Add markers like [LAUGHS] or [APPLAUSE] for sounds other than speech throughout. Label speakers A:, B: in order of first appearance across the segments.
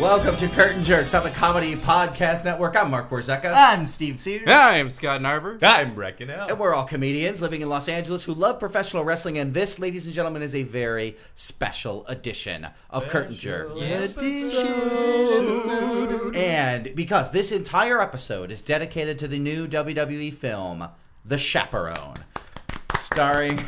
A: Welcome to Curtain Jerks on the Comedy Podcast Network. I'm Mark Warzeka.
B: I'm Steve Cedars.
C: Hi, I'm Scott
A: [LAUGHS]
C: Narver.
D: I'm wrecking out.
A: And we're all comedians living in Los Angeles who love professional wrestling, and this, ladies and gentlemen, is a very special edition of Curtain Jerks. And because this entire episode is dedicated to the new WWE film, The Chaperone, starring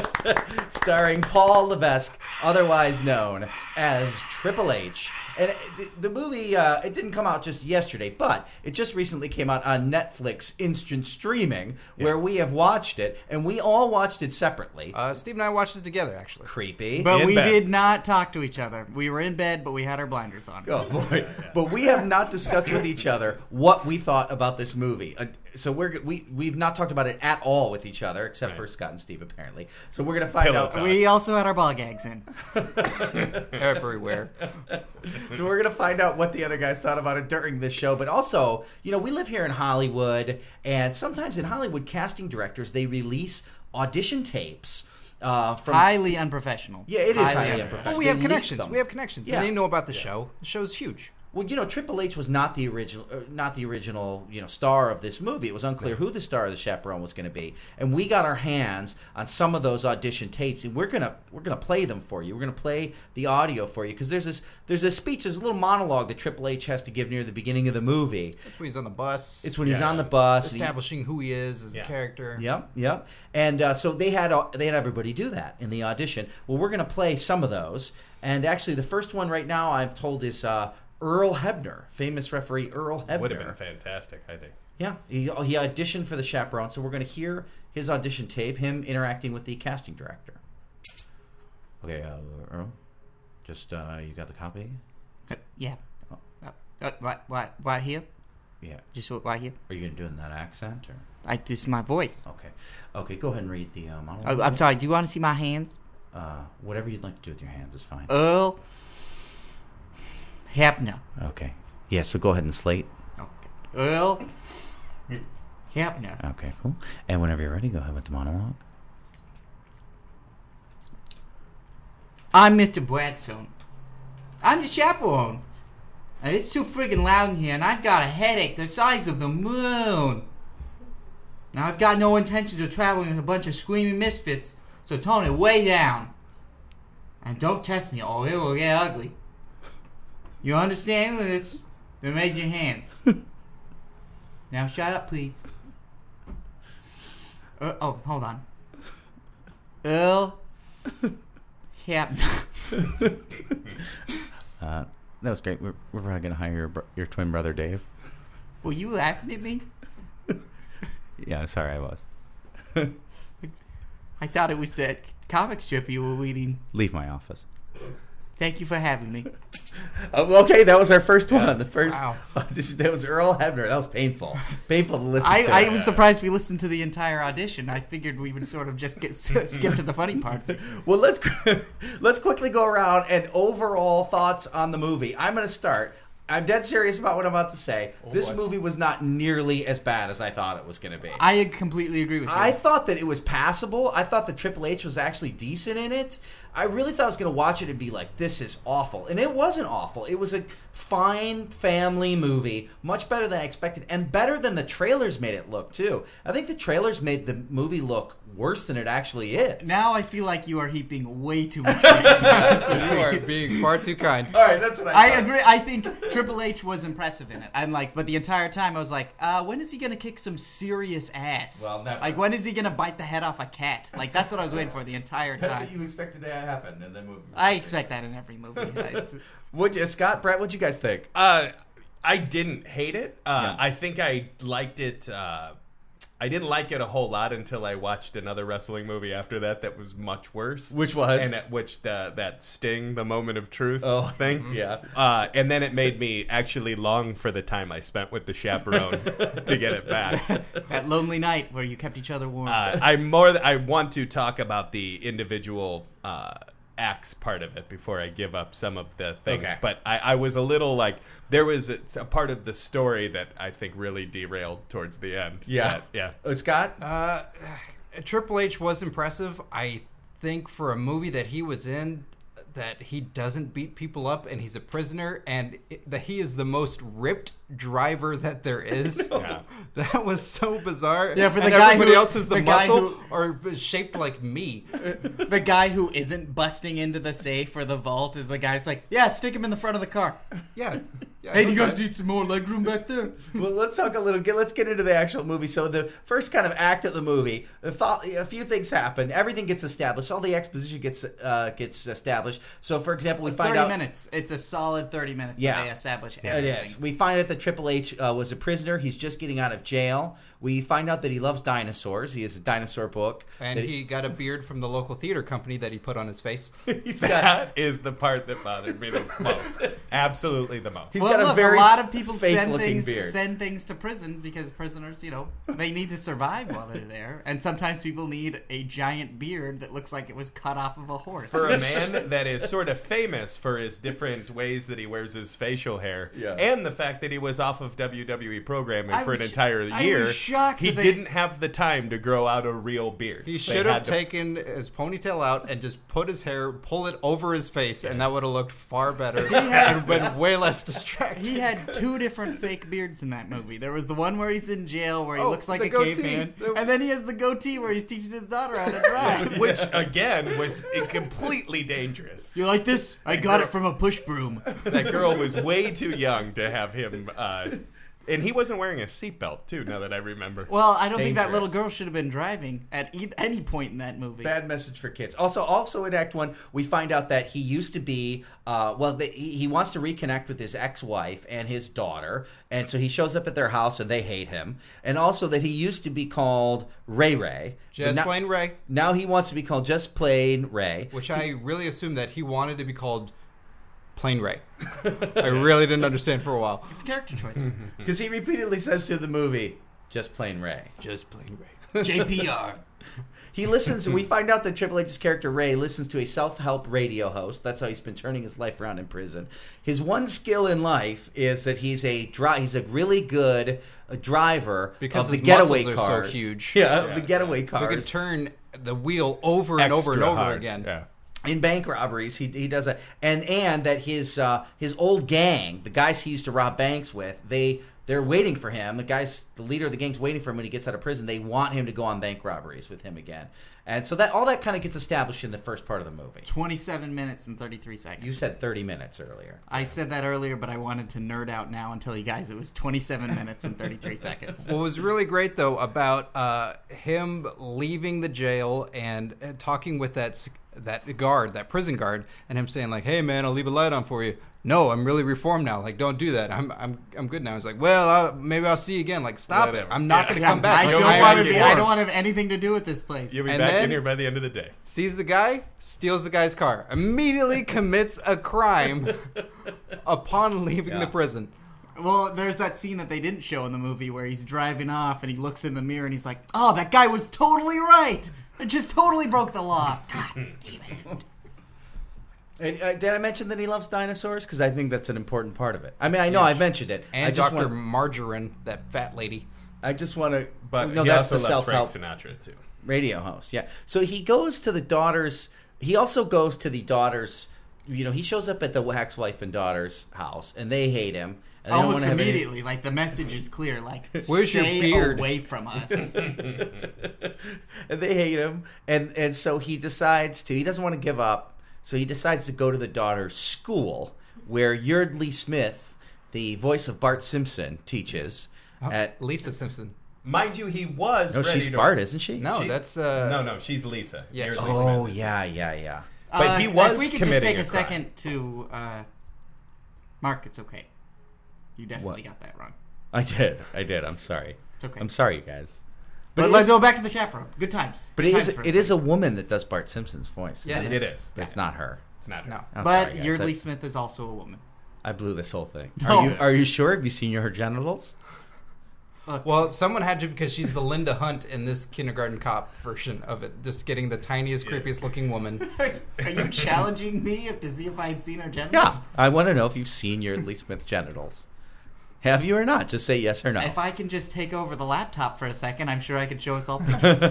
A: [LAUGHS] starring Paul Levesque, otherwise known as Triple H. And the, the movie uh, it didn't come out just yesterday, but it just recently came out on Netflix instant streaming, where we have watched it, and we all watched it separately.
C: Uh, Steve and I watched it together, actually.
A: Creepy.
B: But
D: In
B: we
D: bed.
B: did not talk to each other. We were in bed, but we had our blinders on.
A: [LAUGHS] Oh boy! But we have not discussed with each other what we thought about this movie. Uh, so we're g- we we've not talked about it at all with each other, except for Scott and Steve apparently. So we're gonna find
D: Pillow
A: out.
D: talk.
B: We also had our ball gags in.
C: [LAUGHS] Everywhere.
A: So we're gonna find out what the other guys thought about it during this show. But also, you know, we live here in Hollywood, and sometimes in Hollywood, casting directors they release audition tapes uh, from.
B: Highly unprofessional.
A: yeah, it is highly, unprofessional.
C: But we have
A: They leak
C: connections.
A: them.
C: We have connections.
A: Yeah.
C: And they know about the show. The show's huge.
A: Well, you know, Triple H was not the original, uh, not the original, you know, star of this movie. It was unclear who the star of the Chaperone was going to be, and we got our hands on some of those audition tapes, and we're gonna we're gonna play them for you. We're gonna play the audio for you because there's this there's this speech, there's a little monologue that Triple H has to give near the beginning of the movie.
C: That's when he's on the bus.
A: It's when he's
D: Yeah.
A: on the bus. and he-
C: establishing who he is as
D: Yeah.
C: a character.
A: Yep, yep. And uh, so they had they had everybody do that in the audition. Well, we're going to play some of those. And actually, the first one right now I'm told is uh, Earl Hebner, famous referee Earl Hebner.
D: Would have been fantastic, I think.
A: Yeah, he, he auditioned for the chaperone. So we're going to hear his audition tape, him interacting with the casting director. Okay, uh, Earl, just uh, you got the copy?
B: Uh, yeah. Uh, uh, why, why, why here?
A: Yeah.
B: Just why here?
A: Are you going to do it in that accent or?
B: I, this is my voice.
A: Okay, okay. Go ahead and read the uh, monologue.
B: Oh, I'm sorry. Do you want to see my hands?
A: Uh, whatever you'd like to do with your hands is fine.
B: Earl Hepner.
A: Okay. Yeah, so go ahead and slate.
B: Okay. Earl Hepner.
A: Okay, cool. And whenever you're ready, go ahead with the monologue.
B: I'm Mr. Bradstone. I'm the chaperone. And it's too friggin' loud in here, and I've got a headache the size of the moon. Now, I've got no intention of traveling with a bunch of screaming misfits, so tone it way down. And don't test me, or it will get ugly. You understand this? Then raise your hands. now, shut up, please. Er- oh, hold on. Earl. Hep.
A: Uh, that was great. We're, we're probably going to hire your, br- your twin brother, Dave.
B: Were you laughing at me?
A: Yeah, sorry, I was.
B: I thought it was that comic strip you were reading.
A: Leave my office. Oh,
B: Thank you for having me.
A: okay, that was our first one. The first. [LAUGHS] Oh,
B: Wow.
A: that was Earl Hebner. That was painful. Painful to listen to.
B: I, I was surprised we listened to the entire audition. I figured we would sort of just get skip to the funny parts.
A: [LAUGHS] well, let's [LAUGHS] let's quickly go around and overall thoughts on the movie. I'm going to start. I'm dead serious about what I'm about to say.
B: Oh,
A: this
D: boy.
A: movie was not nearly as bad as I thought it was going to be.
B: I completely agree with you.
A: I thought that it was passable. I thought the Triple H was actually decent in it. I really thought I was going to watch it and be like, "This is awful," and it wasn't awful. It was a fine family movie, much better than I expected, and better than the trailers made it look too. I think the trailers made the movie look worse than it actually is.
B: now I feel like you are heaping way too much.
A: [LAUGHS]
B: praise on this
C: You
B: movie.
C: are being far too kind.
A: all right, that's what I.
B: I
A: thought.
B: agree. I think Triple H was impressive in it. I'm like, but the entire time I was like, uh, when is he gonna kick some serious ass?
A: Well, never.
B: Like, when is he gonna bite the head off a cat? Like, that's what I was waiting for the entire
A: That's
B: time.
A: what you expected to happen, and then movie.
B: I expect that in every movie.
A: [LAUGHS]
B: It's-
A: Would you, Scott Brett? What'd you guys think?
D: Uh, I didn't hate it. Uh, I think I liked it. Uh, I didn't like it a whole lot until I watched another wrestling movie after that that was much worse.
A: Which was?
D: and at which the, that Sting, the moment of truth
A: Oh,
D: thing.
A: yeah.
D: Uh, and then it made me actually long for the time I spent with the chaperone [LAUGHS] to get it back.
B: That lonely night where you kept each other warm.
D: uh, I more th- I want to talk about the individual uh, acts part of it before I give up some of the things.
A: Okay.
D: But I, I was a little like there was a, a part of the story that I think really derailed towards the end. That- yeah.
A: Oh, Scott.
C: Uh, Triple H was impressive. I think for a movie that he was in, that he doesn't beat people up and he's a prisoner and it, that he is the most ripped driver that there is.
D: Yeah.
C: [LAUGHS] That was so bizarre.
B: Yeah, for the
C: and
B: guy
C: everybody
B: who-
C: else who's the,
B: the guy
C: muscle
B: who-
C: or shaped like
B: [LAUGHS]
C: me.
B: the guy who isn't busting into the safe or the vault is the guy that's like, yeah, stick him in the front of the car.
C: Yeah. yeah
B: Hey, do you
C: okay.
B: guys need some more legroom back there?
A: well, let's talk a little. Get, let's get into the actual movie. So the first kind of act of the movie, the thought, a few things happen. Everything gets established. All the exposition gets uh, gets established. So, for example, we find
B: Thirty
A: out.
B: minutes. It's a solid thirty minutes. that
A: Yeah.
B: they establish
A: It
B: everything.
A: is. We find out that Triple H uh, was a prisoner. He's just getting out of jail. We find out that he loves dinosaurs. He has a dinosaur book.
C: And
A: that
C: he got a beard from the local theater company that he put on his
B: [LAUGHS]
C: face.
A: he's got.
D: That is the part that bothered me the most. Absolutely the most.
A: He's
B: well,
A: got
B: look,
A: a very
B: lot of people
A: fake
B: send
A: looking
B: things
A: beard.
B: send things to prisons because prisoners, you know, they need to survive while they're there, and sometimes people need a giant beard that looks like it was cut off of a
C: [LAUGHS]
B: horse.
D: for a man that is sort of famous for his different ways that he wears his facial hair
A: Yeah.
D: and the fact that he was off of WWE programming
B: I
D: for
B: was-
D: an entire
B: I
D: year,
B: was shocked
D: he
B: that they-
D: didn't have the time to grow out a real beard.
C: He
D: They
C: should have
D: had [LAUGHS] to-
C: taken his ponytail out and just put his hair, pull it over his face, and that would have looked far better and been way less distracting.
B: He had two different fake beards in that movie. There was the one where he's in jail where he
C: Oh,
B: looks like
C: the
B: a
C: goatee.
B: caveman,
C: The-
B: and then he has the goatee where he's teaching his daughter how
C: [LAUGHS]
B: to drive.
D: which again was completely dangerous.
B: You like this? I got it from a push broom.
D: That girl was way too young to have him, uh, and he wasn't wearing a seatbelt too. Now that I remember,
B: Well, I don't think that
D: Dangerous.
B: little girl should have been driving at e- any point in that movie.
A: Bad message for kids. Also, also in Act One, we find out that he used to be. Uh, well, the, he, he wants to reconnect with his ex-wife and his daughter, and so he shows up at their house, and they hate him. And also that he used to be called Ray Ray. but
C: Just
A: now,
C: plain Ray,
A: Now he wants to be called just plain Ray.
C: which I really assumed that he wanted to be called Plain
D: [LAUGHS]
C: Ray. I really didn't understand for a while.
B: It's character choice.
A: Because he repeatedly says to the movie, just plain Ray.
C: Just Plain Ray.
B: JPR.
A: He listens,
C: [LAUGHS]
A: we find out that Triple H's character Ray listens to a self help radio host. That's how he's been turning his life around in prison. His one skill in life is that he's a dri- he's a really good uh, driver
C: Because
A: of the
C: his
A: getaway
C: muscles are so
A: cars.
C: huge.
A: [LAUGHS] Yeah, of
D: Yeah,
A: the getaway
C: So he could
A: cars.
C: turn the wheel over and over and
D: Extra
C: over
D: hard.
C: again.
D: Yeah.
A: in bank robberies he, he does that and and that his uh his old gang the guys he used to rob banks with they they're waiting for him the guys the leader of the gang's waiting for him when he gets out of prison they want him to go on bank robberies with him again and so that all that kind of gets established in the first part of the movie
B: 27 minutes and 33 seconds.
A: you said 30 minutes earlier
B: I said that earlier, but I wanted to nerd out now and tell you guys it was 27 minutes and
C: [LAUGHS]
B: 33 seconds.
C: What was really great though about uh, him leaving the jail and uh, talking with that sec- that guard, that prison guard, and him saying like, "Hey man, I'll leave a light on for you." No, I'm really reformed now. Like, don't do that. I'm I'm I'm good now. He's like, "Well, I'll, maybe I'll see you again." Like, stop it.
D: Whatever.
C: I'm not
D: Yeah.
C: gonna
B: Yeah,
C: come back.
B: I
C: Like,
B: don't
C: I'm
B: want to
C: getting
B: be. I
C: warm.
B: don't want to have anything to do with this place.
D: You'll be
C: And
D: back
C: then-
D: in here by the end of the day.
C: Sees the guy, steals the guy's car, immediately commits a
B: [LAUGHS]
C: crime upon leaving
A: Yeah.
C: the prison.
B: Well, there's that scene that they didn't show in the movie where he's driving off and he looks in the mirror and he's like, "Oh, that guy was totally right. I just totally broke the law." [LAUGHS] God damn it.
A: and, uh, did i mention that he loves dinosaurs because i think that's an important part of it i mean i know i mentioned it
C: And
A: i just
C: Doctor
A: want
C: Margarine, that fat lady.
A: i just want to
D: But
A: no
D: he
A: that's the
D: also loves
A: self-help
D: Frank Sinatra too.
A: radio host. Yeah. So he goes to the daughter's. He also goes to the daughter's. You know, he shows up at the ex-wife and daughter's house, and they hate him. And they don't
B: Almost
A: wanna have any-
B: immediately, like the message is clear. Like,
C: Where's your
B: stay
C: beard?
B: away from us.
A: and [LAUGHS] they hate him, and and so he decides to. He doesn't want to give up, so he decides to go to the daughter's school where Yardley Smith, the voice of Bart Simpson, teaches. At
C: Lisa Simpson.
D: Mind you, he was.
A: no,
D: ready
A: she's
D: to-
A: Bart, isn't she?
C: No,
D: She's-
C: that's uh,
D: No, no, she's Lisa.
C: Yeah.
D: Here's Lisa.
A: Oh yeah, yeah, yeah.
D: But he was
B: Uh, If we could just
D: committing
B: take a,
D: a crime.
B: second to uh, Mark, it's okay. You definitely got that wrong.
A: I did, I did. I'm sorry.
B: It's okay.
A: I'm sorry, you guys.
B: but
A: it
B: let's
A: is-
B: go back to the chaperone. Good times.
A: But
B: Good
A: it
B: times
A: is
B: for
A: it is a woman that does Bart Simpson's voice.
B: Yeah,
A: isn't
D: It is.
A: But it's not her.
D: It's not. Her.
C: No.
A: I'm
B: but
A: sorry, guys.
B: Yeardley
A: I-
B: Smith is also a woman.
A: I blew this whole thing.
B: No.
A: Are you are you sure? Have you seen her genitals?
C: Well, someone had to because she's the Linda Hunt in this kindergarten cop version of it, just getting the tiniest, creepiest looking woman.
B: Are you challenging me if- to see if I had seen her genitals?
A: I want to know if you've seen your Lee Smith genitals. Have you or not? Just say yes or no.
B: If I can just take over the laptop for a second, I'm sure I could show us all pictures.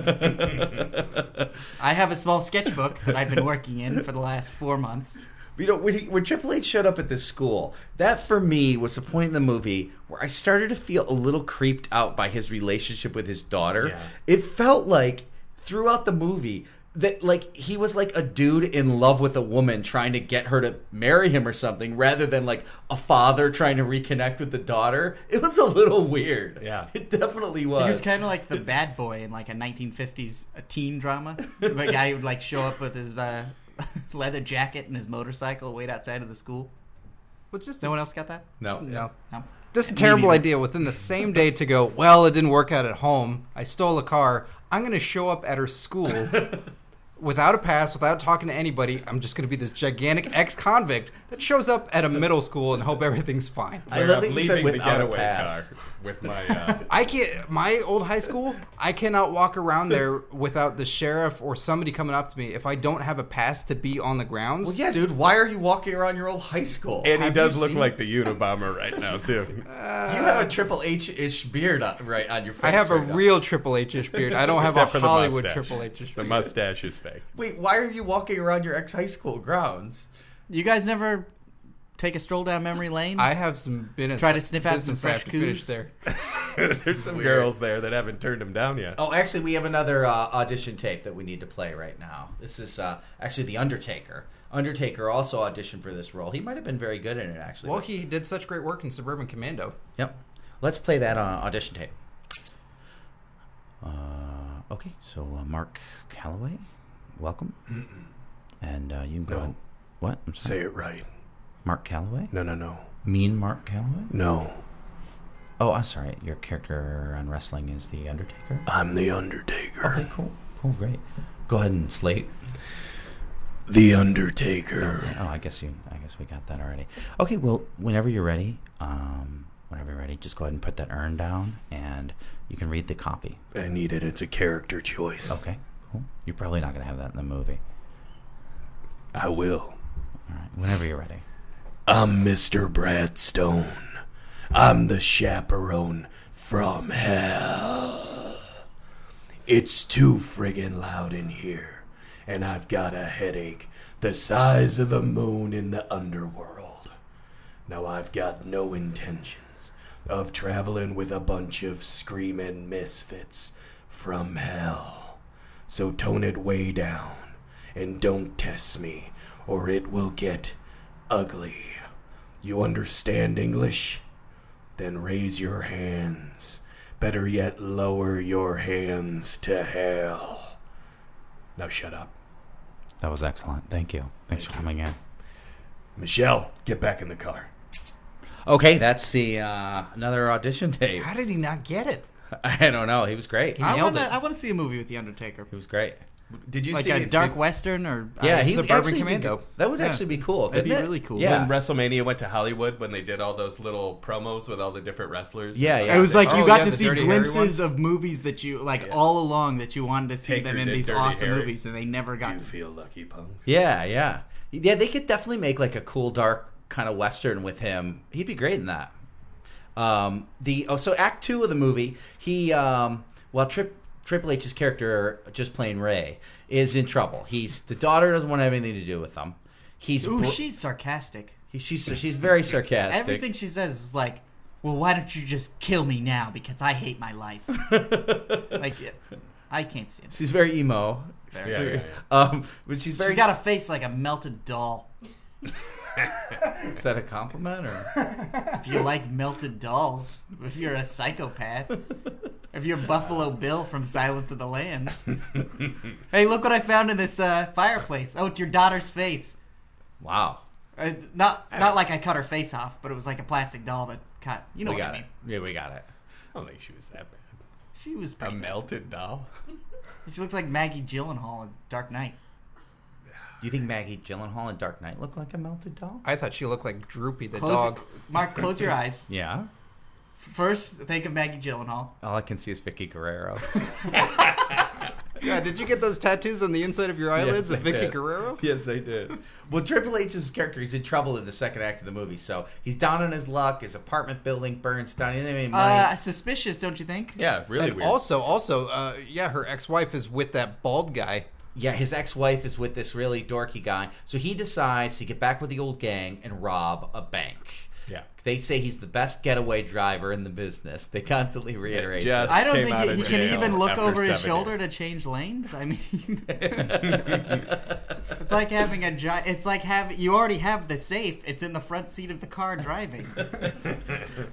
B: I have a small sketchbook that I've been working in for the last four months.
A: You know, when, he, when Triple H showed up at this school, that for me was the point in the movie where I started to feel a little creeped out by his relationship with his daughter.
D: Yeah.
A: It felt like throughout the movie that like he was like a dude in love with a woman trying to get her to marry him or something rather than like a father trying to reconnect with the daughter. It was a little weird.
D: Yeah.
A: It definitely
B: He
A: was.
B: was kind of like the bad boy in like a 1950s a teen drama. The guy who would like show up with his uh, [LAUGHS] leather jacket and his motorcycle, wait outside of the school.
C: Well, just
B: No one else got that?
A: no.
C: no.
B: No.
C: Just a
B: Me
C: terrible
B: neither.
C: idea within the same day to go, well, it didn't work out at home. I stole a car. I'm going to show up at her school without a pass, without talking to anybody. I'm just going to be this gigantic ex convict that shows up at a middle school and hope everything's fine.
A: I
D: Where
A: love
D: I'm
A: that you said
D: leaving the
A: without a
D: getaway
A: pass.
D: car
A: [LAUGHS]
D: with my uh,
C: I can't, my old high school, I cannot walk around there without the sheriff or somebody coming up to me if I don't have a pass to be on the grounds.
A: Well, yeah, dude. Why are you walking around your old high school?
D: And he
C: Have
D: does
C: you
D: look
C: seen-
D: like the Unabomber right now too.
A: you have a Triple H ish beard on, right on your face.
C: I have a
A: right now.
C: real Triple H ish beard. I don't have a
D: Except for the
C: Hollywood
D: mustache.
C: Triple H ish
D: The
C: beard.
D: mustache
A: [LAUGHS]
D: is fake.
A: Wait, why are you walking around your ex high school grounds?
B: You guys never take a stroll down memory lane?
C: I have some been
B: Try to sniff out some
C: business I have
B: fresh
C: to finish
B: coos.
C: there.
D: There's some
A: weird.
D: girls there that haven't turned him down yet.
A: Oh, actually, we have another uh, audition tape that we need to play right now. This is uh, actually The Undertaker. Undertaker also auditioned for this role. He might have been very good in it, actually.
C: Well, he did such great work in Suburban Commando.
A: Yep. Let's play that on audition tape. Uh, okay, so uh, Mark Calloway, welcome. And uh, you can go.
D: No.
A: What? I'm sorry.
D: it right.
A: Mark Calloway?
D: No, no, no,
A: Mean Mark Calloway?
D: no.
A: Oh, I'm sorry. Your character on wrestling is The Undertaker?
D: I'm the Undertaker.
A: Okay, cool. Cool, great. Go ahead and slate.
D: The Undertaker.
A: Oh, I guess you. I guess we got that already. Okay, well, whenever you're ready, um, whenever you're ready, just go ahead and put that urn down, and you can read the copy.
D: I need it. It's a character choice.
A: Okay, cool. You're probably not gonna have that in the movie.
D: I will.
A: All right, whenever you're ready.
D: I'm Mr. Bradstone. I'm the chaperone from hell. It's too friggin' loud in here, and I've got a headache the size of the moon in the underworld. Now, I've got no intentions of traveling with a bunch of screaming misfits from hell. So tone it way down, and don't test me, or it will get ugly. You understand English? Then raise your hands. Better yet, lower your hands to hell. Now shut up.
A: That was excellent. Thank you. Thanks for coming in.
D: Michelle, get back in the car.
A: Okay, that's the uh, another audition tape.
C: How did he not get it?
A: [LAUGHS] I don't know. He was great.
C: I
B: I
C: nailed
B: want to
C: it.
B: I want to see a movie with the Undertaker.
A: He was great.
D: Did you
B: Like
D: see
B: a
D: it
B: dark
D: when-
B: western or uh,
A: Yeah, he
C: Suburban
A: actually be
C: Commando.
A: good. that would
B: Yeah.
A: actually be cool.
B: That'd
A: couldn't
B: be
A: it?
B: really cool.
A: Yeah.
D: When WrestleMania went to Hollywood, when they did all those little promos with all the different wrestlers.
A: Yeah, yeah.
B: It was like
C: Oh,
B: you got
C: yeah,
B: to
C: the
B: see
C: Dirty Harry
B: glimpses of movies that you like all along that you wanted to see
D: Taker
B: them in
D: did
B: these
D: Dirty
B: awesome
D: Harry.
B: movies, and they never
D: Do you
B: got.
D: feel lucky, punk?
A: Yeah, yeah. Yeah, they could definitely make like a cool dark kind of western with him. He'd be great in that. Um the oh so act 2 of the movie, he um well Trip Triple H's character just playing Ray is in trouble. He's the daughter doesn't want to have anything to do with them. He's
B: Ooh,
A: br-
B: she's sarcastic.
A: he- she's she's very sarcastic.
B: Everything she says is like, "Well, why don't you just kill me now because I hate
C: [LAUGHS]
B: my life." like, I can't stand. It.
A: She's very emo.
D: Yeah, yeah,
A: Um but she's very
B: She's got a face like a melted doll.
A: is that a compliment [LAUGHS] or
B: If you like melted dolls, if you're a psychopath, if you're Buffalo Bill from Silence of the
C: [LAUGHS]
B: Lambs. hey, look what I found in this uh, fireplace. Oh, it's your daughter's face.
A: Wow.
B: Uh, not not like I cut her face off, but it was like a plastic doll that cut. You know
A: we
B: what
A: got
B: I
A: it.
B: mean?
A: Yeah, we got it.
D: I don't think she was that bad.
B: She was
D: A
B: pretty.
E: Um,
D: melted doll.
B: She looks like Maggie Gyllenhaal in Dark Knight.
A: Do you think Maggie Gyllenhaal in Dark Knight looked like a melted doll?
C: I thought she looked like Droopy the [LAUGHS]
B: Close
C: dog.
E: [LAUGHS]
B: Mark, close your eyes.
A: Yeah.
B: First, think of Maggie Gyllenhaal.
A: All I can see is Vicky Guerrero.
C: Yeah, did you get those tattoos on the inside of your eyelids of
A: Yes, I
C: Vicky
A: did.
C: Guerrero?
A: [LAUGHS] yes, they did. Well, Triple H's character is in trouble in the second act of the movie, so he's down on his luck. His apartment building burns down. He doesn't have any money.
B: Uh, suspicious, don't you think?
D: Yeah, really
C: and also, also, uh, yeah, her ex-wife is with that bald guy.
A: yeah, his ex-wife is with this really dorky guy, so he decides to get back with the old gang and rob a bank.
E: Yeah.
A: They say he's the best getaway driver in the business. They constantly reiterate.
E: just-
A: this.
B: I don't
E: Came
B: think
E: out
B: he,
E: of
B: he can
E: jail
B: even look
E: after
B: over his
E: seven
B: shoulder
E: years.
B: to change lanes.
E: [LAUGHS]
B: I mean, it's like having a giant. It's like have you already have the safe. It's in the front seat of the car driving.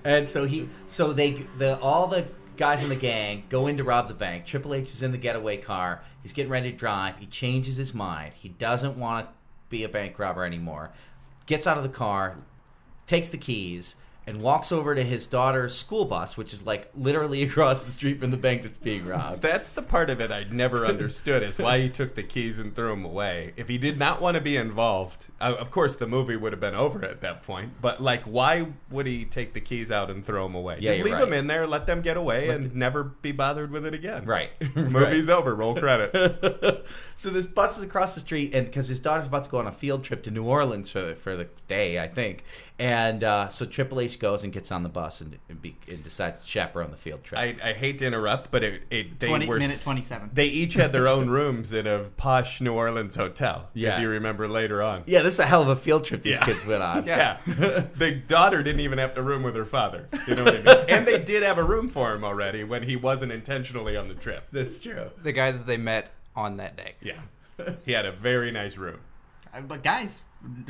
A: And so he, so they, the all the guys in the gang go in to rob the bank. Triple H is in the getaway car. He's getting ready to drive. He changes his mind. He doesn't want to be a bank robber anymore. Gets out of the car, takes the keys, and walks over to his daughter's school bus, which is like literally [LAUGHS] across the street from the bank that's being robbed.
E: That's the part of it I never understood is why he took the keys and threw them away. If he did not want to be involved, uh, of course the movie would have been over at that point. But like, why would he take the keys out and throw them away?
A: Yeah,
E: Just
A: you're
E: leave
A: right.
E: them in there, let them get away, and never be bothered with it again. [LAUGHS]
A: Right.
E: Movie's over. Roll credits.
A: [LAUGHS] so this bus is across the street, and because his daughter's about to go on a field trip to New Orleans for the, for the day, I think, and uh, so Triple H goes and gets on the bus and, and, be, and decides to chaperone the field trip.
E: I, I hate to interrupt, but it, it they
B: 20
E: were
B: minute
E: s-
B: 27.
E: They each had their own rooms in a posh New Orleans hotel.
A: Yeah.
E: if you remember later on.
A: yeah, this is a hell of a field trip these
E: Yeah.
A: kids went on.
E: [LAUGHS] Yeah. the daughter didn't even have the room with her father. You know what I mean? and they did have a room for him already when he wasn't intentionally on the trip.
A: That's true.
C: The guy that they met on that day.
E: Yeah. He had a very nice room.
B: Uh, but guys,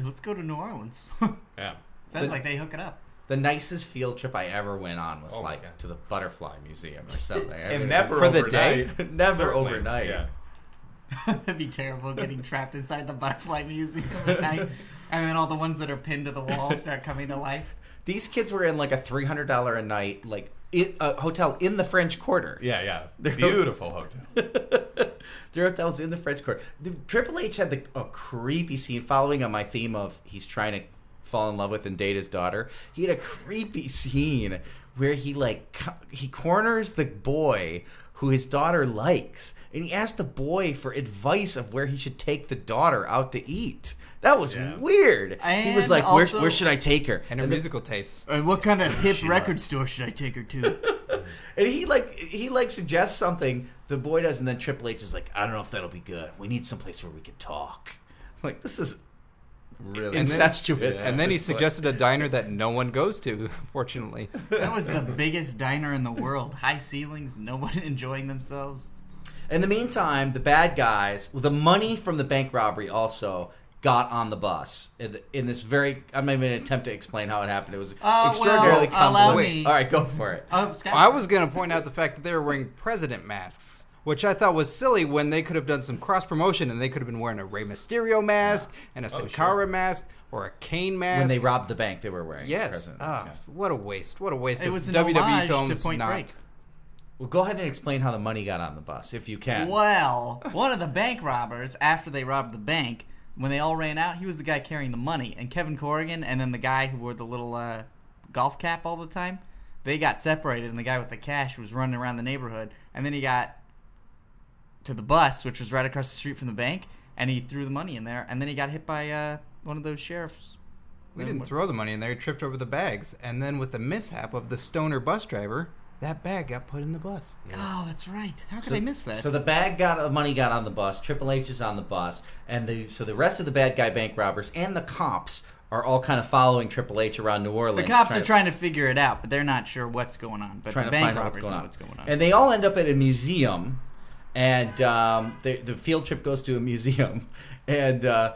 B: let's go to New Orleans. [LAUGHS]
E: Yeah.
B: Sounds like they hook it up.
A: The nicest field trip I ever went on was
E: Oh my God.
A: like to the Butterfly Museum or something. I
E: [LAUGHS]
A: mean,
E: And never
C: for the
E: overnight.
A: day? [LAUGHS] Never
E: Certainly.
A: overnight.
E: Yeah.
B: [LAUGHS] That'd be terrible getting trapped inside the butterfly museum at night, and then all the ones that are pinned to the wall start coming to life.
A: these kids were in like a three hundred dollar a night like i a hotel in the French Quarter.
E: Yeah,
A: [LAUGHS]
E: yeah. Beautiful hotel.
A: Their hotel's in the French Quarter. The, Triple H had the, a creepy scene following on my theme of he's trying to fall in love with and date his daughter. He had a creepy scene where he like co- he corners the boy who his daughter likes, and he asked the boy for advice of where he should take the daughter out to eat. That was
E: Yeah.
A: weird. he was
B: And
A: like,
B: also-
A: where, "Where should I take her?"
C: And her
A: the-
C: musical tastes.
B: And
C: [LAUGHS]
B: what kind of hip
A: Shit.
B: record store should I take her to?
A: And he like he like suggests something the boy does, and then Triple H is like, I don't know if that'll be good. We need someplace where we can talk. I'm like this is really
C: And then-
A: incestuous.
C: And
A: [LAUGHS]
C: then he suggested a diner that no one goes to, [LAUGHS] fortunately.
B: That was the biggest diner in the world. High ceilings, no one [LAUGHS] enjoying themselves.
A: In the meantime, the bad guys, the money from the bank robbery also got on the bus in, the, in this very. I'm not even gonna attempt to explain how it happened. It was
B: Uh, well,
A: extraordinarily
B: allow
A: convoluted.
B: me-
A: All right, go for it.
B: Oh, Scott.
C: I was going to point out the fact that they were wearing president masks, which I thought was silly when they could have done some cross promotion and they could have been wearing a Rey Mysterio mask and a Sin Cara mask or a Kane mask.
A: Oh, When they robbed the bank, they were wearing
C: Yes.
A: presents,
C: Ah,
A: yeah.
C: What a waste. What a waste.
B: it
C: of
B: was an
C: WWE
B: homage
C: films
B: to Point
C: not.
B: Break.
A: Well, go ahead and explain how the money got on the bus if you can.
B: Well, one of the bank robbers, after they robbed the bank, when they all ran out, he was the guy carrying the money. And Kevin Corrigan and then the guy who wore the little uh, golf cap all the time, they got separated, and the guy with the cash was running around the neighborhood. And then he got to the bus, which was right across the street from the bank, and he threw the money in there. And then he got hit by uh, one of those sheriffs.
C: We didn't throw the money in there. He tripped over the bags. And then with the mishap of the stoner bus driver, that bag got put in the bus.
B: Oh, that's right. How could I miss that?
A: So the bad got of money got on the bus. Triple H is on the bus, and the so the rest of the bad guy bank robbers and the cops are all kind of following Triple H around New Orleans.
B: the cops are trying to figure it out, but they're not sure what's going on. But
A: trying
B: the
A: to
B: bank
A: find out what's
B: robbers
A: going
B: know
A: on.
B: what's going on.
A: And they all end up at a museum, and um, the the field trip goes to a [LAUGHS] museum, and. Uh,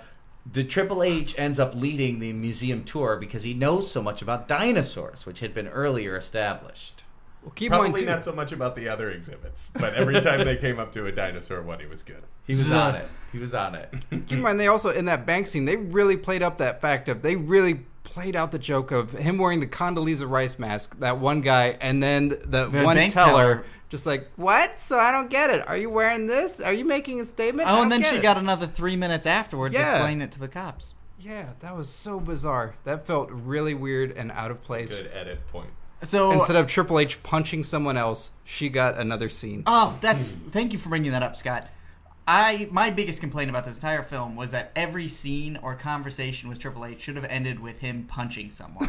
A: the Triple H ends up leading the museum tour because he knows so much about dinosaurs, which had been earlier established.
C: Well, keep in mind,
E: Probably
C: too-
E: not so much about the other exhibits, but every time they came up to a dinosaur one, he was good.
A: He was on it. He was on it.
C: Keep in mind, they also in that bank scene, they really played up that fact of they really played out the joke of him wearing the Condoleezza Rice mask, that one guy, and then the,
B: The
C: one
B: bank
C: teller,
B: teller.
C: just like, "What? So I don't get it. Are you wearing this? Are you making a [LAUGHS] statement?" I
B: Oh, and
C: don't
B: then
C: get
B: she
C: it."
B: got another three minutes afterwards
C: Yeah.
B: explaining it to the cops.
C: Yeah, that was so bizarre. That felt really weird and out of
E: [LAUGHS]
C: place. Oh.
E: Good edit point.
B: So
C: Instead of Triple H punching someone else, she got another scene.
B: oh, that's thank you for bringing that up, Scott. I my biggest complaint about this entire film was that every scene or conversation with Triple H should have ended with him
C: [LAUGHS]
B: punching someone.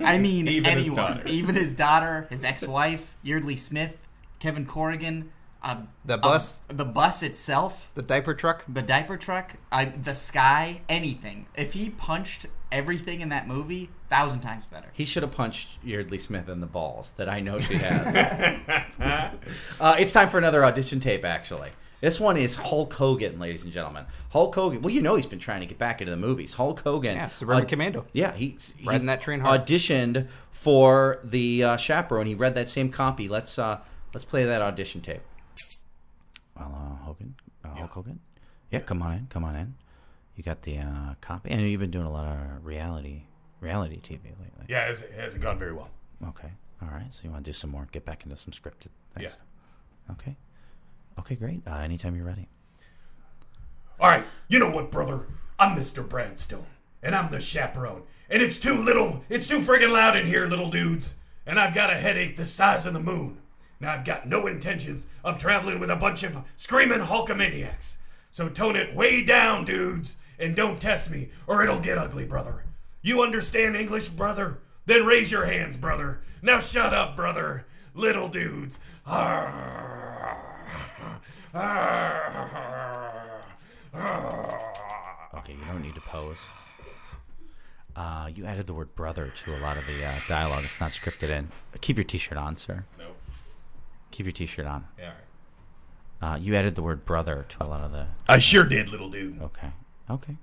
B: I mean,
E: Even his
B: anyone,
E: daughter.
B: even his daughter, his ex-wife, Yeardley Smith, Kevin Corrigan. um,
C: The
B: um,
C: bus?
B: the bus itself,
C: The diaper truck.
B: the diaper truck, I, the sky, anything. If he punched everything in that movie, thousand times better.
A: He should have punched Yeardley Smith in the balls that I know she has. uh, it's time for another audition tape, actually. This one is Hulk Hogan, ladies and gentlemen. Hulk Hogan. Well, you know he's been trying to get back into the movies. Hulk Hogan. uh,
C: Yeah, Suburban Commando.
A: Yeah, he, he
C: Riding that train hard.
A: auditioned for the uh, chaperone. He read that same copy. Let's uh, let's play that audition tape. Well, uh, Hogan, uh, Hulk Hogan. Yeah, come on in, come on in. You got the uh, copy, and you've been doing a lot of reality reality TV lately.
E: Yeah, it hasn't gone very well.
A: Okay. All right. So you want to do some more? Get back into some scripted
E: Yeah.
A: things. Okay. Okay. Great. Uh, anytime you're ready.
E: All right, you know what, brother? I'm Mr. Bradstone, and I'm the chaperone, and it's too little, it's too friggin' loud in here, little dudes, and I've got a headache the size of the moon. Now I've got no intentions of traveling with a bunch of screaming Hulkamaniacs, so tone it way down, dudes, and don't test me, or it'll get ugly, brother. You understand English, brother? Then raise your hands, brother. Now shut up, brother. Little dudes.
A: Okay. You don't need to pose. Uh, you added the word brother to a lot of the uh, dialogue. It's not scripted in. Keep your t-shirt on, sir.
E: No.
A: Keep your t-shirt on.
E: Yeah, all right.
A: Uh, you added the word brother to a lot of the.
E: I sure did, little dude.
A: Okay. Okay.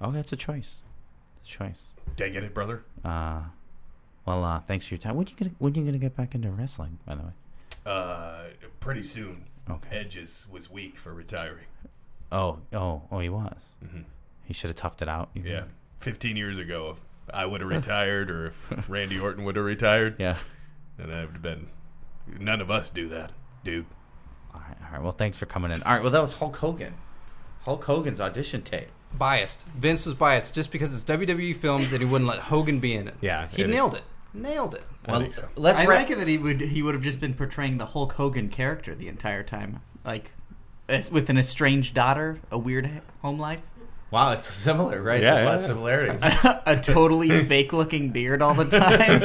A: Oh, that's a choice. It's a choice.
E: Did I get it, brother?
A: Well, uh, thanks for your time. When you gonna when you gonna get back into wrestling? By the way.
E: Uh, pretty soon.
A: Okay.
E: Edges was weak for retiring.
A: Oh, oh, oh, he was. He should have toughed it out. you
E: Mm-hmm. Yeah,
A: think?
E: 15 years ago, if I would have retired, or if [LAUGHS] Randy Orton would have retired,
A: Yeah.
E: then that would have been. None of us do that, dude.
A: All right, all right. Well, thanks for coming in. All right. Well, that was Hulk Hogan. Hulk Hogan's audition tape.
C: Biased. Vince was biased just because it's WWE films and he wouldn't let Hogan be in it.
E: Yeah,
C: he
E: it is. Uh,
C: nailed it. Nailed it.
E: I think so.
A: let's
B: I
A: ra-
B: like it that he would he would have just been portraying the Hulk Hogan character the entire time, like as- with an estranged daughter, a weird h- home life,
A: Wow, it's similar, right?
E: Yeah,
A: There's a
E: yeah,
A: lot of
E: yeah.
A: similarities.
B: a totally fake looking beard all the time.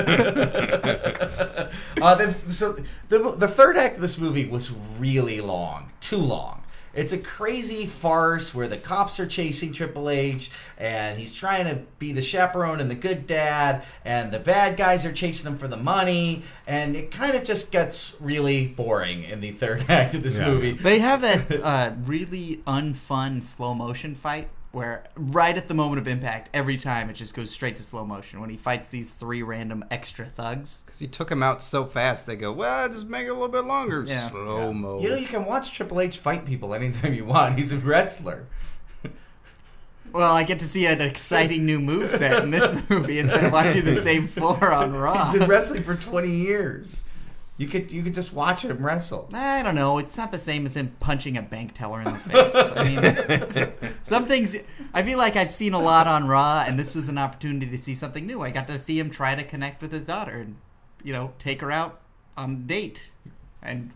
A: uh, then, so the the third act of this movie was really long, too long. It's a crazy farce where the cops are chasing Triple H, and he's trying to be the chaperone and the good dad, and the bad guys are chasing him for the money, and it kind of just gets really boring in the third [LAUGHS] act of this
E: Yeah.
A: movie.
B: they have that uh, really unfun slow motion fight where right at the moment of impact, every time it just goes straight to slow motion when he fights these three random extra thugs.
C: Because he took him out so fast, they go, well, just make it a little bit longer.
B: Yeah.
C: Slow mo.
A: You know, you
C: [LAUGHS]
A: can watch Triple H fight people anytime you want. He's a wrestler.
B: Well, I get to see an exciting new moveset in this movie instead of watching the same four on
E: Ah.
B: Raw.
A: He's been wrestling for 20 years. You could you could just watch him wrestle.
B: I don't know. It's not the same as him punching a bank teller in the face. I
A: [LAUGHS]
B: mean, some things. I feel like I've seen a lot on Raw, and this was an opportunity to see something new. I got to see him try to connect with his daughter and, you know, take her out on a date and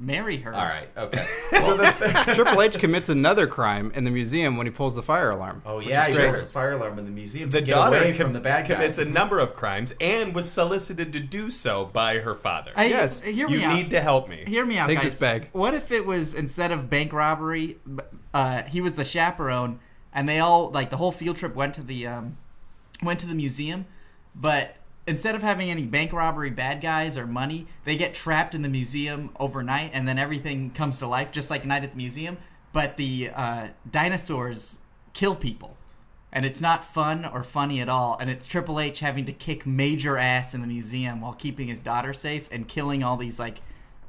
B: marry her.
A: All right, okay.
E: [LAUGHS]
C: Triple H commits another crime in the museum when he pulls the fire alarm.
A: oh yeah, he
E: great.
A: has a fire alarm in the
E: [LAUGHS]
A: museum.
E: The
A: to get
E: daughter
A: away
E: com-
A: from the bad guy.
E: commits a number of crimes and was solicited to do so by her father.
B: I,
C: Yes,
B: uh, Hear me
E: you
B: out.
E: need to help me.
B: Hear me out,
C: Take
B: guys.
C: this bag.
B: What if it was instead of bank robbery, b- uh, he was the chaperone, and they all like the whole field trip went to the um, went to the museum, but instead of having any bank robbery bad guys or money, they get trapped in the museum overnight, and then everything comes to life, just like Night at the Museum. But the uh, dinosaurs kill people. And it's not fun or funny at all. And it's Triple H having to kick major ass in the museum while keeping his daughter safe and killing all these like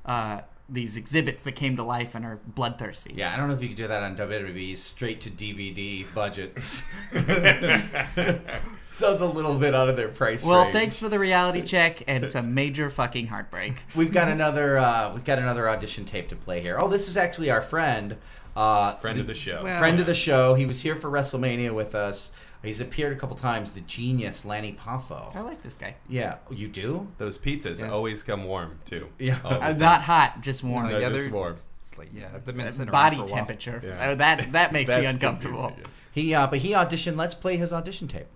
B: uh, these exhibits that came to life and are bloodthirsty.
A: yeah, I don't know if you could do that on WWE's straight to DVD
E: [LAUGHS]
A: budgets. [LAUGHS] Sounds a little bit out of their price
B: Well,
A: range.
B: thanks for the reality check and some major fucking heartbreak. [LAUGHS]
A: We've got another uh, we've got another audition tape to play here. Oh, this is actually our friend uh,
E: Friend of the show.
A: friend of the show. He was here for WrestleMania with us. He's appeared a couple times. The genius Lanny Poffo.
E: Oh.
B: I like this guy.
A: Yeah, you do.
E: Those pizzas always come warm, too.
A: Yeah.
B: [LAUGHS]
E: Always.
B: Uh, not hot, just warm.
C: No,
E: They're
C: yeah,
E: just
C: they're-
E: warm.
C: It's like, yeah, they've been sitting around
B: Body
C: for a while.
B: temperature.
E: Yeah.
B: Oh, that that makes you
E: That's
B: uncomfortable.
E: confusing, yeah.
A: He uh, but he auditioned. Let's play his audition tape.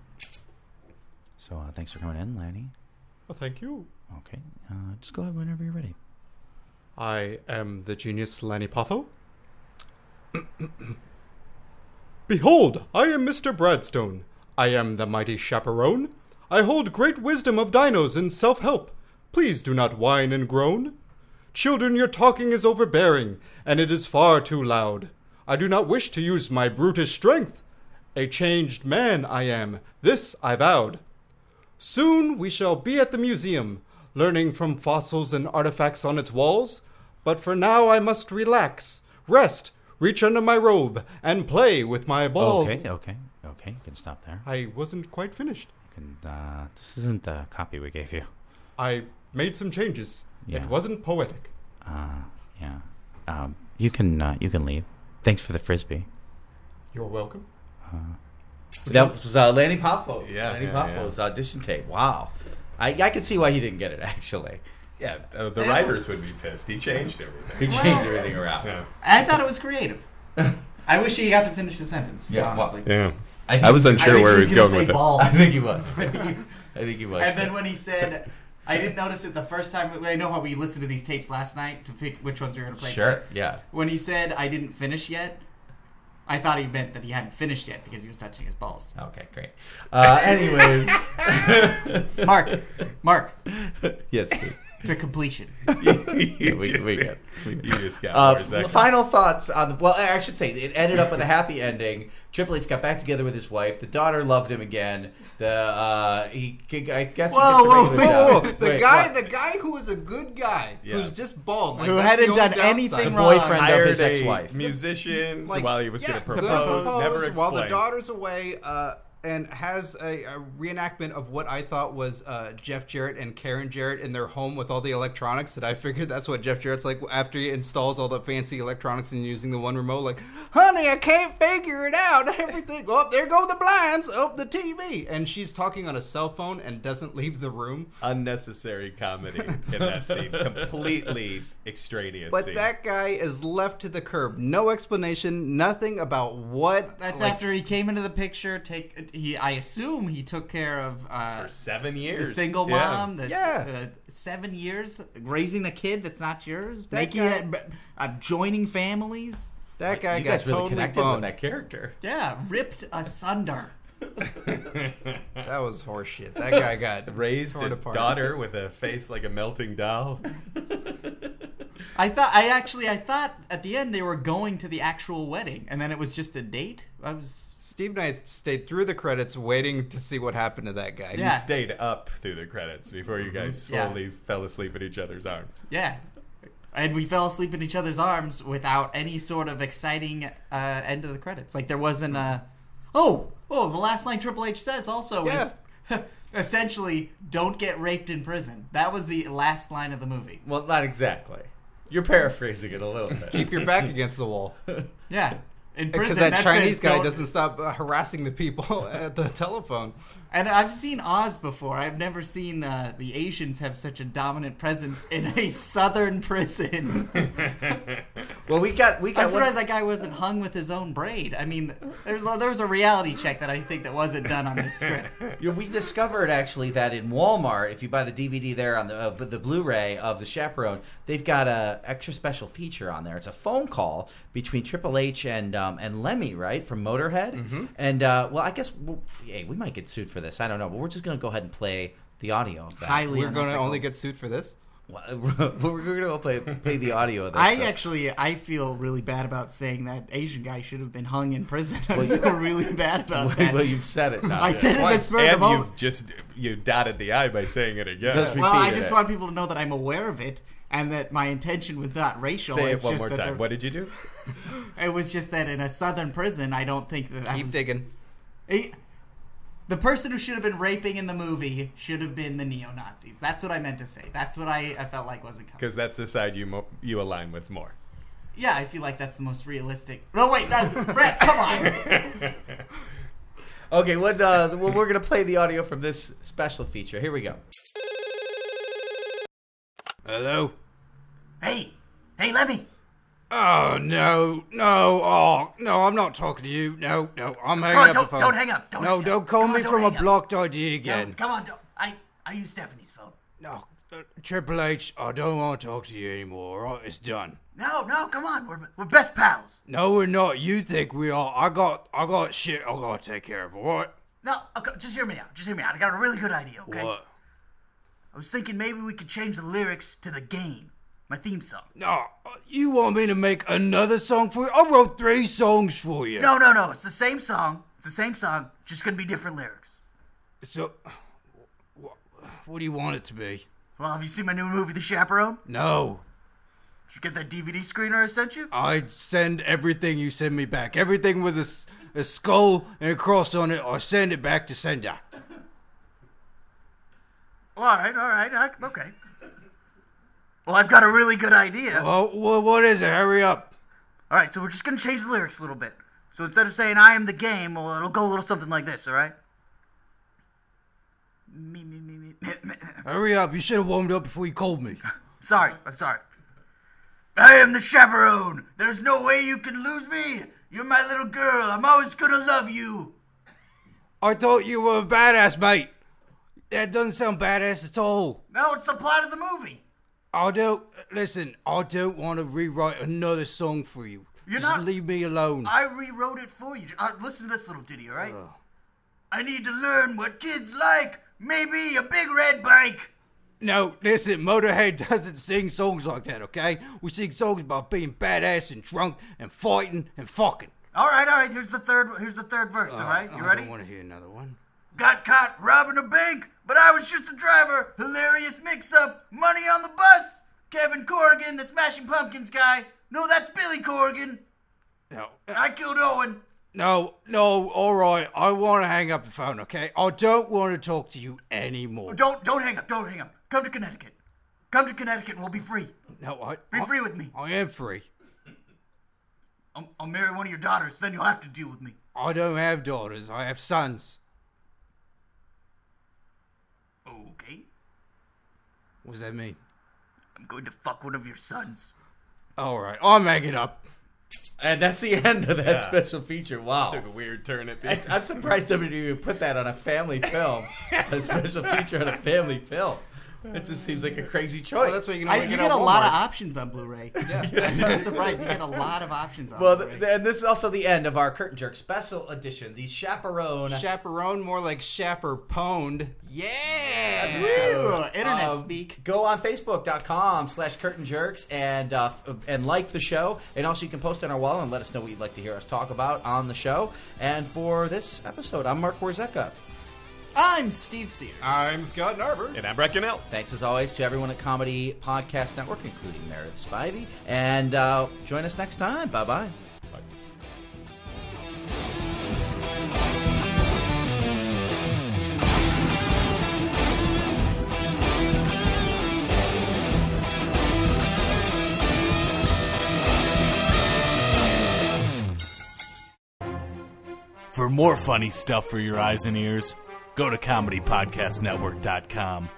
A: So uh, thanks for coming in, Lanny.
C: Well, thank you.
A: Okay, uh, just go ahead whenever you're ready.
C: I am the genius Lanipatho. [CLEARS THROAT] Behold, I am Mr. Bradstone. I am the mighty chaperone. I hold great wisdom of dinos and self help. Please do not whine and groan. Children, your talking is overbearing, and it is far too loud. I do not wish to use my brutish strength. A changed man I am, this I vowed. Soon we shall be at the museum, learning from fossils and artifacts on its walls. But for now, I must relax, rest, reach under my robe, and play with my ball.
F: Okay, okay, okay. You can stop there.
C: I wasn't quite finished.
F: You can. Uh, this isn't the copy we gave you.
C: I made some changes.
F: Yeah.
C: It wasn't poetic.
F: Uh, yeah. Um, you can. Uh, you can leave. Thanks for the frisbee.
C: You're welcome.
A: That was uh, Lanny Poffo.
E: Yeah,
A: Lanny
E: yeah,
A: Poffo's audition tape. Wow, I I can see why he didn't get it. [LAUGHS] Actually,
E: Yeah, uh, the writers would be pissed. He changed everything.
A: he changed everything around.
E: Yeah.
B: I thought it was creative. I wish he got to finish the sentence.
A: Yeah,
B: Yeah, honestly.
E: Yeah.
A: think-
E: I was unsure where he was
B: gonna
E: going with
B: say
E: it.
A: [LAUGHS]
B: balls.
A: I think he was. I think he was.
B: [LAUGHS]
A: [LAUGHS]
B: And then when he said, I didn't notice it the first time. I know how we listened to these tapes last night to pick which ones we were going to play.
A: sure, yeah.
B: When he said, I didn't finish yet, I thought he meant that he hadn't finished yet because he was touching his balls.
A: Okay, great. Uh,
B: [LAUGHS]
A: anyways, [LAUGHS]
B: Mark, Mark,
F: [LAUGHS]
A: yes, [LAUGHS] Steve.
B: to completion.
E: [LAUGHS]
A: Yeah, we, we get.
E: You just got
A: Uh,
E: for a second.
A: final thoughts on the. Well, I should say it ended up with a happy [LAUGHS] ending. Triple H got back together with his wife. The daughter loved him again. The uh, he, I guess. he gets
B: Whoa,
A: a
B: whoa,
A: regular job.
C: Oh, the
A: Wait,
C: guy,
A: what?
C: the guy who was a good guy,
E: Yeah.
C: who's just bald, like,
B: Who
C: that's the
B: hadn't
C: only
B: done
C: downside.
B: anything
A: The
B: wrong.
A: boyfriend of
E: hired
A: his
E: a
A: ex-wife.
E: musician
C: Like,
E: while he was
C: yeah,
E: going to propose.
B: propose
E: Never
C: while the
E: explained.
C: daughter's away, uh, and has a, a reenactment of what I thought was uh, Jeff Jarrett and Karen Jarrett in their home with all the electronics. That I figured that's what Jeff Jarrett's like after he installs all the fancy electronics and using the one remote. Like, honey, I can't figure it out. [LAUGHS] Everything. Oh, there go the blinds. Oh, the TV. And she's talking on a cell phone and doesn't leave the room.
E: Unnecessary comedy in that scene. Completely extraneous
C: But
E: scene.
C: that guy is left to the curb. No explanation. Nothing about what.
B: That's
C: like,
B: after he came into the picture. Take he, I assume he took care of uh,
E: for seven
B: the
E: years.
B: single
E: Yeah.
B: mom. The,
C: Yeah.
B: the seven years raising a kid that's not yours.
C: That
B: making
C: guy-
B: it, b- uh, joining families.
C: That guy
A: you
C: got
A: guys really
C: totally
A: connected
C: boned.
A: with that character.
B: Yeah, ripped asunder.
C: That was horseshit. That guy
A: [LAUGHS]
C: got
E: Raised
C: torn
E: a
C: apart.
E: daughter with a face like a melting doll.
B: I thought I actually I thought at the end they were going to the actual wedding and then it was just a date. I was
C: Steve Knight stayed through the credits waiting to see what happened to that guy.
B: Yeah.
E: Stayed up through the credits before you guys
B: Yeah.
E: slowly fell asleep in each other's arms.
B: yeah. And we fell asleep in each other's arms without any sort of exciting uh, end of the credits. Like there wasn't a Oh, oh, the last line Triple H says also is [LAUGHS] essentially don't get raped in prison. That was the last line of the movie.
A: Well, not exactly. You're paraphrasing it a little bit.
E: [LAUGHS]
C: Keep your back against the
A: [LAUGHS]
C: wall.
B: Yeah. In prison
C: Because that,
B: says
C: Chinese guy
B: don't-
C: doesn't stop uh, harassing the people [LAUGHS] at the telephone.
B: And I've seen Oz before. I've never seen uh, the Asians have such a dominant presence in a [LAUGHS] southern prison.
A: well, we got we got
B: I'm
A: one-
B: surprised that guy wasn't hung with his own braid. I mean, there's a, there was a reality check that I think that wasn't done on this script.
A: You know, we discovered actually that in Walmart, if you buy the DVD there on the uh, the Blu-ray of the Chaperone, they've got a extra special feature on there. It's a phone call between Triple H and um, and Lemmy, right, from Motorhead.
B: Mm-hmm.
A: And uh, well, I guess we hey, we might get sued for this. I don't know, but we're just gonna go ahead and play the audio of that.
B: Highly
C: We're going to
B: unethical.
C: only get sued for this.
A: Well, [LAUGHS] we're gonna play play the audio of this.
B: I
A: so-
B: actually I feel really bad about saying that Asian guy should have been hung in prison. I feel really bad about that.
A: well, you've said it now.
B: I said it in the
E: Twice.
B: spur of the
E: and
B: moment.
E: you've just you dotted the i by saying it again.
A: Just
B: Well, I
A: repeated
B: just
A: it.
B: want people to know that I'm aware of it and that my intention was not racial.
E: Say it
B: It's
E: one
B: just
E: more
B: that
E: time.
B: there-
E: What did you do?
B: It was just that in a southern prison, I don't think that that
C: Keep
B: was,
C: digging.
B: It- the person who should have been raping in the movie should have been the neo Nazis. That's what I meant to say. That's what I, I felt like wasn't coming.
E: Because that's the side you mo- you align with more.
B: Yeah, I feel like that's the most realistic. No, wait, that, Brett, come
G: [LAUGHS]
B: on.
A: Okay, what? Uh, well, we're gonna play the audio from this special feature. Here we go.
C: Hello?
B: Hey, hey, Lemmy.
C: Oh, no. No. Oh, no. I'm not talking to you. No, no. I'm hanging
B: on,
C: up
B: don't-
C: the phone.
B: don't hang up, don't
C: no,
B: hang up.
C: don't call
B: Come on,
C: me
B: don't
C: from a
B: hang up.
C: blocked ID again.
B: come on, don't. I I use Stephanie's phone.
C: No.
H: uh, Triple H, I don't want to talk to you anymore. All right, it's done.
G: No, no, come on. We're, we're best pals.
H: No, we're not. You think we are? I got, I got shit. I gotta take care of. All right.
G: No, okay, just hear me out. Just hear me out. I got a really good idea, okay?
H: What?
G: I was thinking maybe we could change the lyrics to the game, my theme song.
H: No, you want me to make another song for you? I wrote three songs for you.
G: No, no, no. It's the same song. It's the same song, just gonna be different lyrics.
H: So, what, what do you want it to be?
G: Well, have you seen my new movie, The Chaperone?
H: No,
G: Did you get that DVD screener I sent you?
H: I send everything you send me back. Everything with a, s- a skull and a cross on it, I send it back to sender.
G: Well, all right, all right. I, okay. Well, I've got a really good idea.
H: Oh, wha- what is it? Hurry up.
G: All right, so we're just gonna change the lyrics a little bit. So instead of saying "I am the game," well, it'll go a little something like this. All right. Me, me, me, me, me, me.
H: Hurry up. You should have warmed up before you called me.
G: Sorry, I'm sorry. I am the chaperone. There's no way you can lose me. You're my little girl. I'm always gonna love you.
H: I thought you were a badass, mate. That doesn't sound badass at all.
G: No, it's the plot of the movie.
H: I don't. Listen, I don't want to rewrite another song for you.
G: You're
H: Just
G: not-
H: leave me alone.
G: I rewrote it for you. Uh, listen to this little ditty, all right? I need to learn what kids like. Maybe a big red bike.
H: No, listen, Motorhead [LAUGHS] doesn't sing songs like that, okay? We sing songs about being badass and drunk and fighting and fucking.
G: All right, all right. Here's the third. Here's the third verse. all right, you
H: Oh, I
G: ready?
H: don't want to hear another one.
G: Got caught robbing a bank, but I was just a driver. Hilarious mix-up. Money on the bus. Kevin Corrigan, the Smashing Pumpkins guy. No, that's Billy Corrigan.
H: No, uh,
G: I killed Owen.
H: no, no, all right. I want to hang up the phone, okay? I don't want to talk to you anymore.
G: Don't don't hang up. Don't hang up. Come to Connecticut. Come to Connecticut, and we'll be free.
H: No, I,
G: Be
H: I,
G: free with me.
H: I am free.
G: I'll, I'll marry one of your daughters. Then you'll have to deal with me.
H: I don't have daughters. I have sons.
G: Okay.
H: What does that mean?
G: I'm going to fuck one of your sons.
H: All right, I'm hanging up.
A: And that's the end of that special feature. Wow.
E: Took a weird turn at the [LAUGHS]
A: It's- I'm surprised WWE put that on a family film,
E: [LAUGHS]
A: a special feature on a family film. It just seems like a crazy choice.
H: that's what you can
B: I,
H: only
B: you
H: get
B: get,
H: on
B: a lot of
H: Walmart.
B: options on Blu-ray. Yeah, [LAUGHS] that's what I'm surprised. You get a lot of options on
A: Well,
B: Blu-ray.
A: th- and this is also the end of our Curtain Jerk special edition, the Chaperone.
H: Chaperone, more like chaperoned.
B: yeah,
A: episode.
B: Woo! internet
A: Um,
B: speak.
A: Go on Facebook.com slash Curtain Jerks and uh, f- and like the show. And also you can post on our wall and let us know what you'd like to hear us talk about on the show. And for this episode, I'm Mark Warzeka.
B: I'm Steve Sears.
H: I'm Scott Narber.
E: And I'm Brecken out.
A: Thanks as always to everyone at Comedy Podcast Network, including Meredith Spivey. And uh, join us next time. Bye bye.
D: For more funny stuff for your eyes and ears, go to ComedyPodcastNetwork.com.